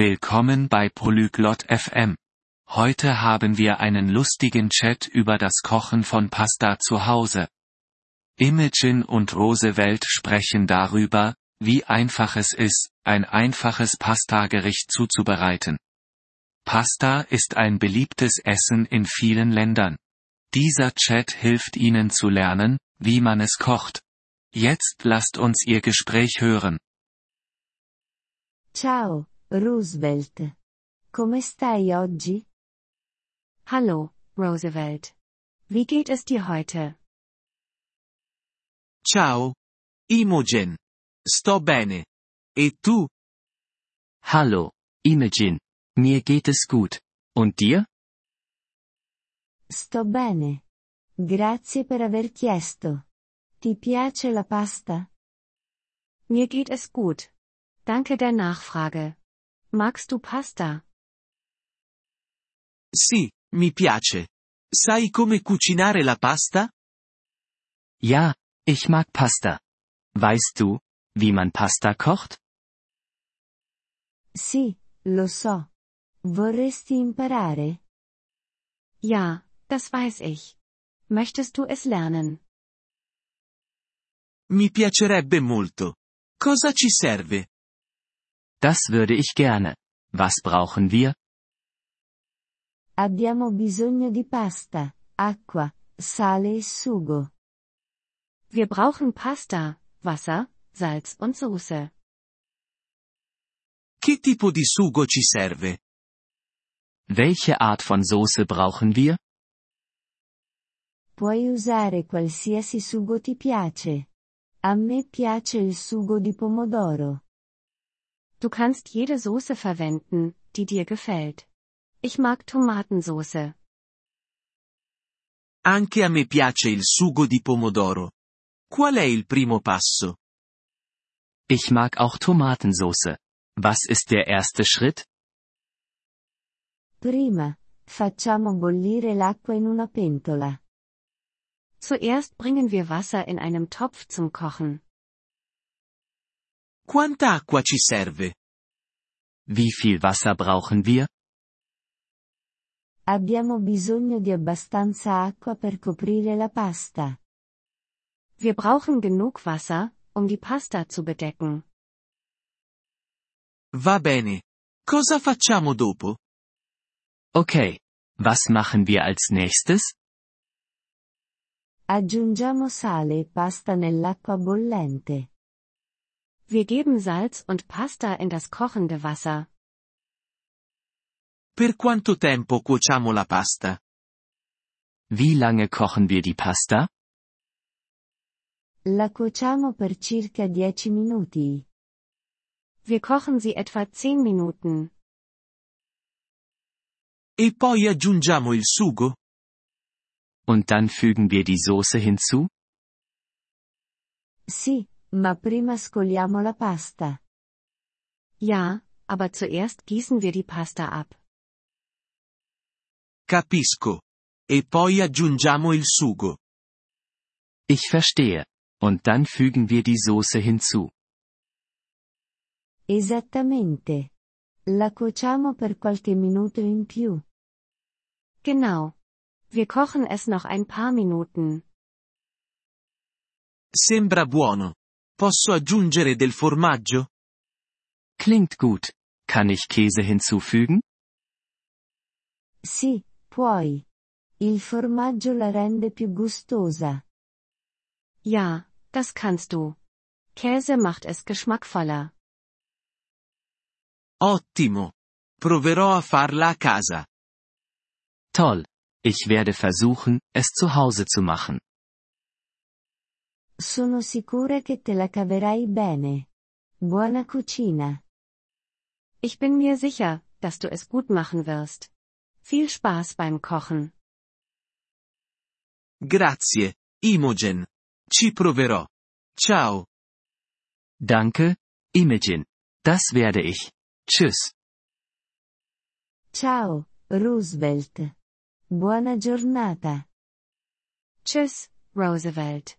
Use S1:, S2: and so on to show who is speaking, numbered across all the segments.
S1: Willkommen bei Polyglot FM. Heute haben wir einen lustigen Chat über das Kochen von Pasta zu Hause. Imogen und Roosevelt sprechen darüber, wie einfach es ist, ein einfaches Pastagericht zuzubereiten. Pasta ist ein beliebtes Essen in vielen Ländern. Dieser Chat hilft Ihnen zu lernen, wie man es kocht. Jetzt lasst uns Ihr Gespräch hören.
S2: Ciao, Roosevelt. Come stai oggi?
S3: Hallo, Roosevelt. Wie geht es dir heute?
S4: Ciao. Imogen. Sto bene. E tu?
S5: Hallo, Imogen. Mir geht es gut. Und dir?
S2: Sto bene. Grazie per aver chiesto. Ti piace la pasta?
S3: Mir geht es gut. Danke der Nachfrage. Magst du Pasta?
S4: Sì, mi piace. Sai come cucinare la pasta?
S5: Ja, ich mag Pasta. Weißt du, wie man Pasta kocht?
S2: Sì, lo so. Vorresti imparare?
S3: Ja, das weiß ich. Möchtest du es lernen?
S4: Mi piacerebbe molto. Cosa ci serve?
S5: Das würde ich gerne. Was brauchen wir?
S2: Abbiamo bisogno di pasta, acqua, sale e sugo.
S3: Wir brauchen Pasta, Wasser, Salz und Soße.
S4: Che tipo di sugo ci serve?
S5: Welche Art von Soße brauchen wir?
S2: Puoi usare qualsiasi sugo ti piace. A me piace il sugo di pomodoro.
S3: Du kannst jede Soße verwenden, die dir gefällt. Ich mag Tomatensoße.
S4: Anche a me piace il sugo di pomodoro. Qual è il primo passo?
S5: Ich mag auch Tomatensoße. Was ist der erste Schritt?
S2: Prima, facciamo bollire l'acqua in una pentola.
S3: Zuerst bringen wir Wasser in einem Topf zum Kochen.
S4: Quanta acqua ci serve?
S5: Wie viel Wasser brauchen wir?
S2: Abbiamo bisogno di abbastanza acqua per coprire la pasta.
S3: Wir brauchen genug Wasser, um die Pasta zu bedecken.
S4: Va bene. Cosa facciamo dopo?
S5: Okay. Was machen wir als nächstes?
S2: Aggiungiamo sale e pasta nell'acqua bollente.
S3: Wir geben Salz und Pasta in das kochende Wasser.
S4: Per quanto tempo cuociamo la pasta?
S5: Wie lange kochen wir die Pasta?
S2: La cuociamo per circa 10 minuti.
S3: Wir kochen sie etwa 10 Minuten.
S4: E poi aggiungiamo il sugo?
S5: Und dann fügen wir die Soße hinzu?
S2: Sì, ma prima scoliamo la pasta.
S3: Ja, aber zuerst gießen wir die Pasta ab.
S4: Capisco. E poi aggiungiamo il sugo.
S5: Ich verstehe. Und dann fügen wir die Soße hinzu.
S2: Esattamente. La cuociamo per qualche minuto in più.
S3: Genau. Wir kochen es noch ein paar Minuten.
S4: Sembra buono. Posso aggiungere del formaggio?
S5: Klingt gut. Kann ich Käse hinzufügen?
S2: Sì, puoi. Il formaggio la rende più gustosa.
S3: Ja, das kannst du. Käse macht es geschmackvoller.
S4: Ottimo. Proverò a farla a casa.
S5: Toll. Ich werde versuchen, es zu Hause zu machen.
S2: Sono sicura che te la caverai bene. Buona cucina.
S3: Ich bin mir sicher, dass du es gut machen wirst. Viel Spaß beim Kochen.
S4: Grazie, Imogen. Ci proverò. Ciao.
S5: Danke, Imogen. Das werde ich. Tschüss.
S2: Ciao, Roosevelt. Buona giornata.
S3: Tschüss, Roosevelt.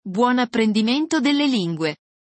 S2: buon apprendimento delle lingue!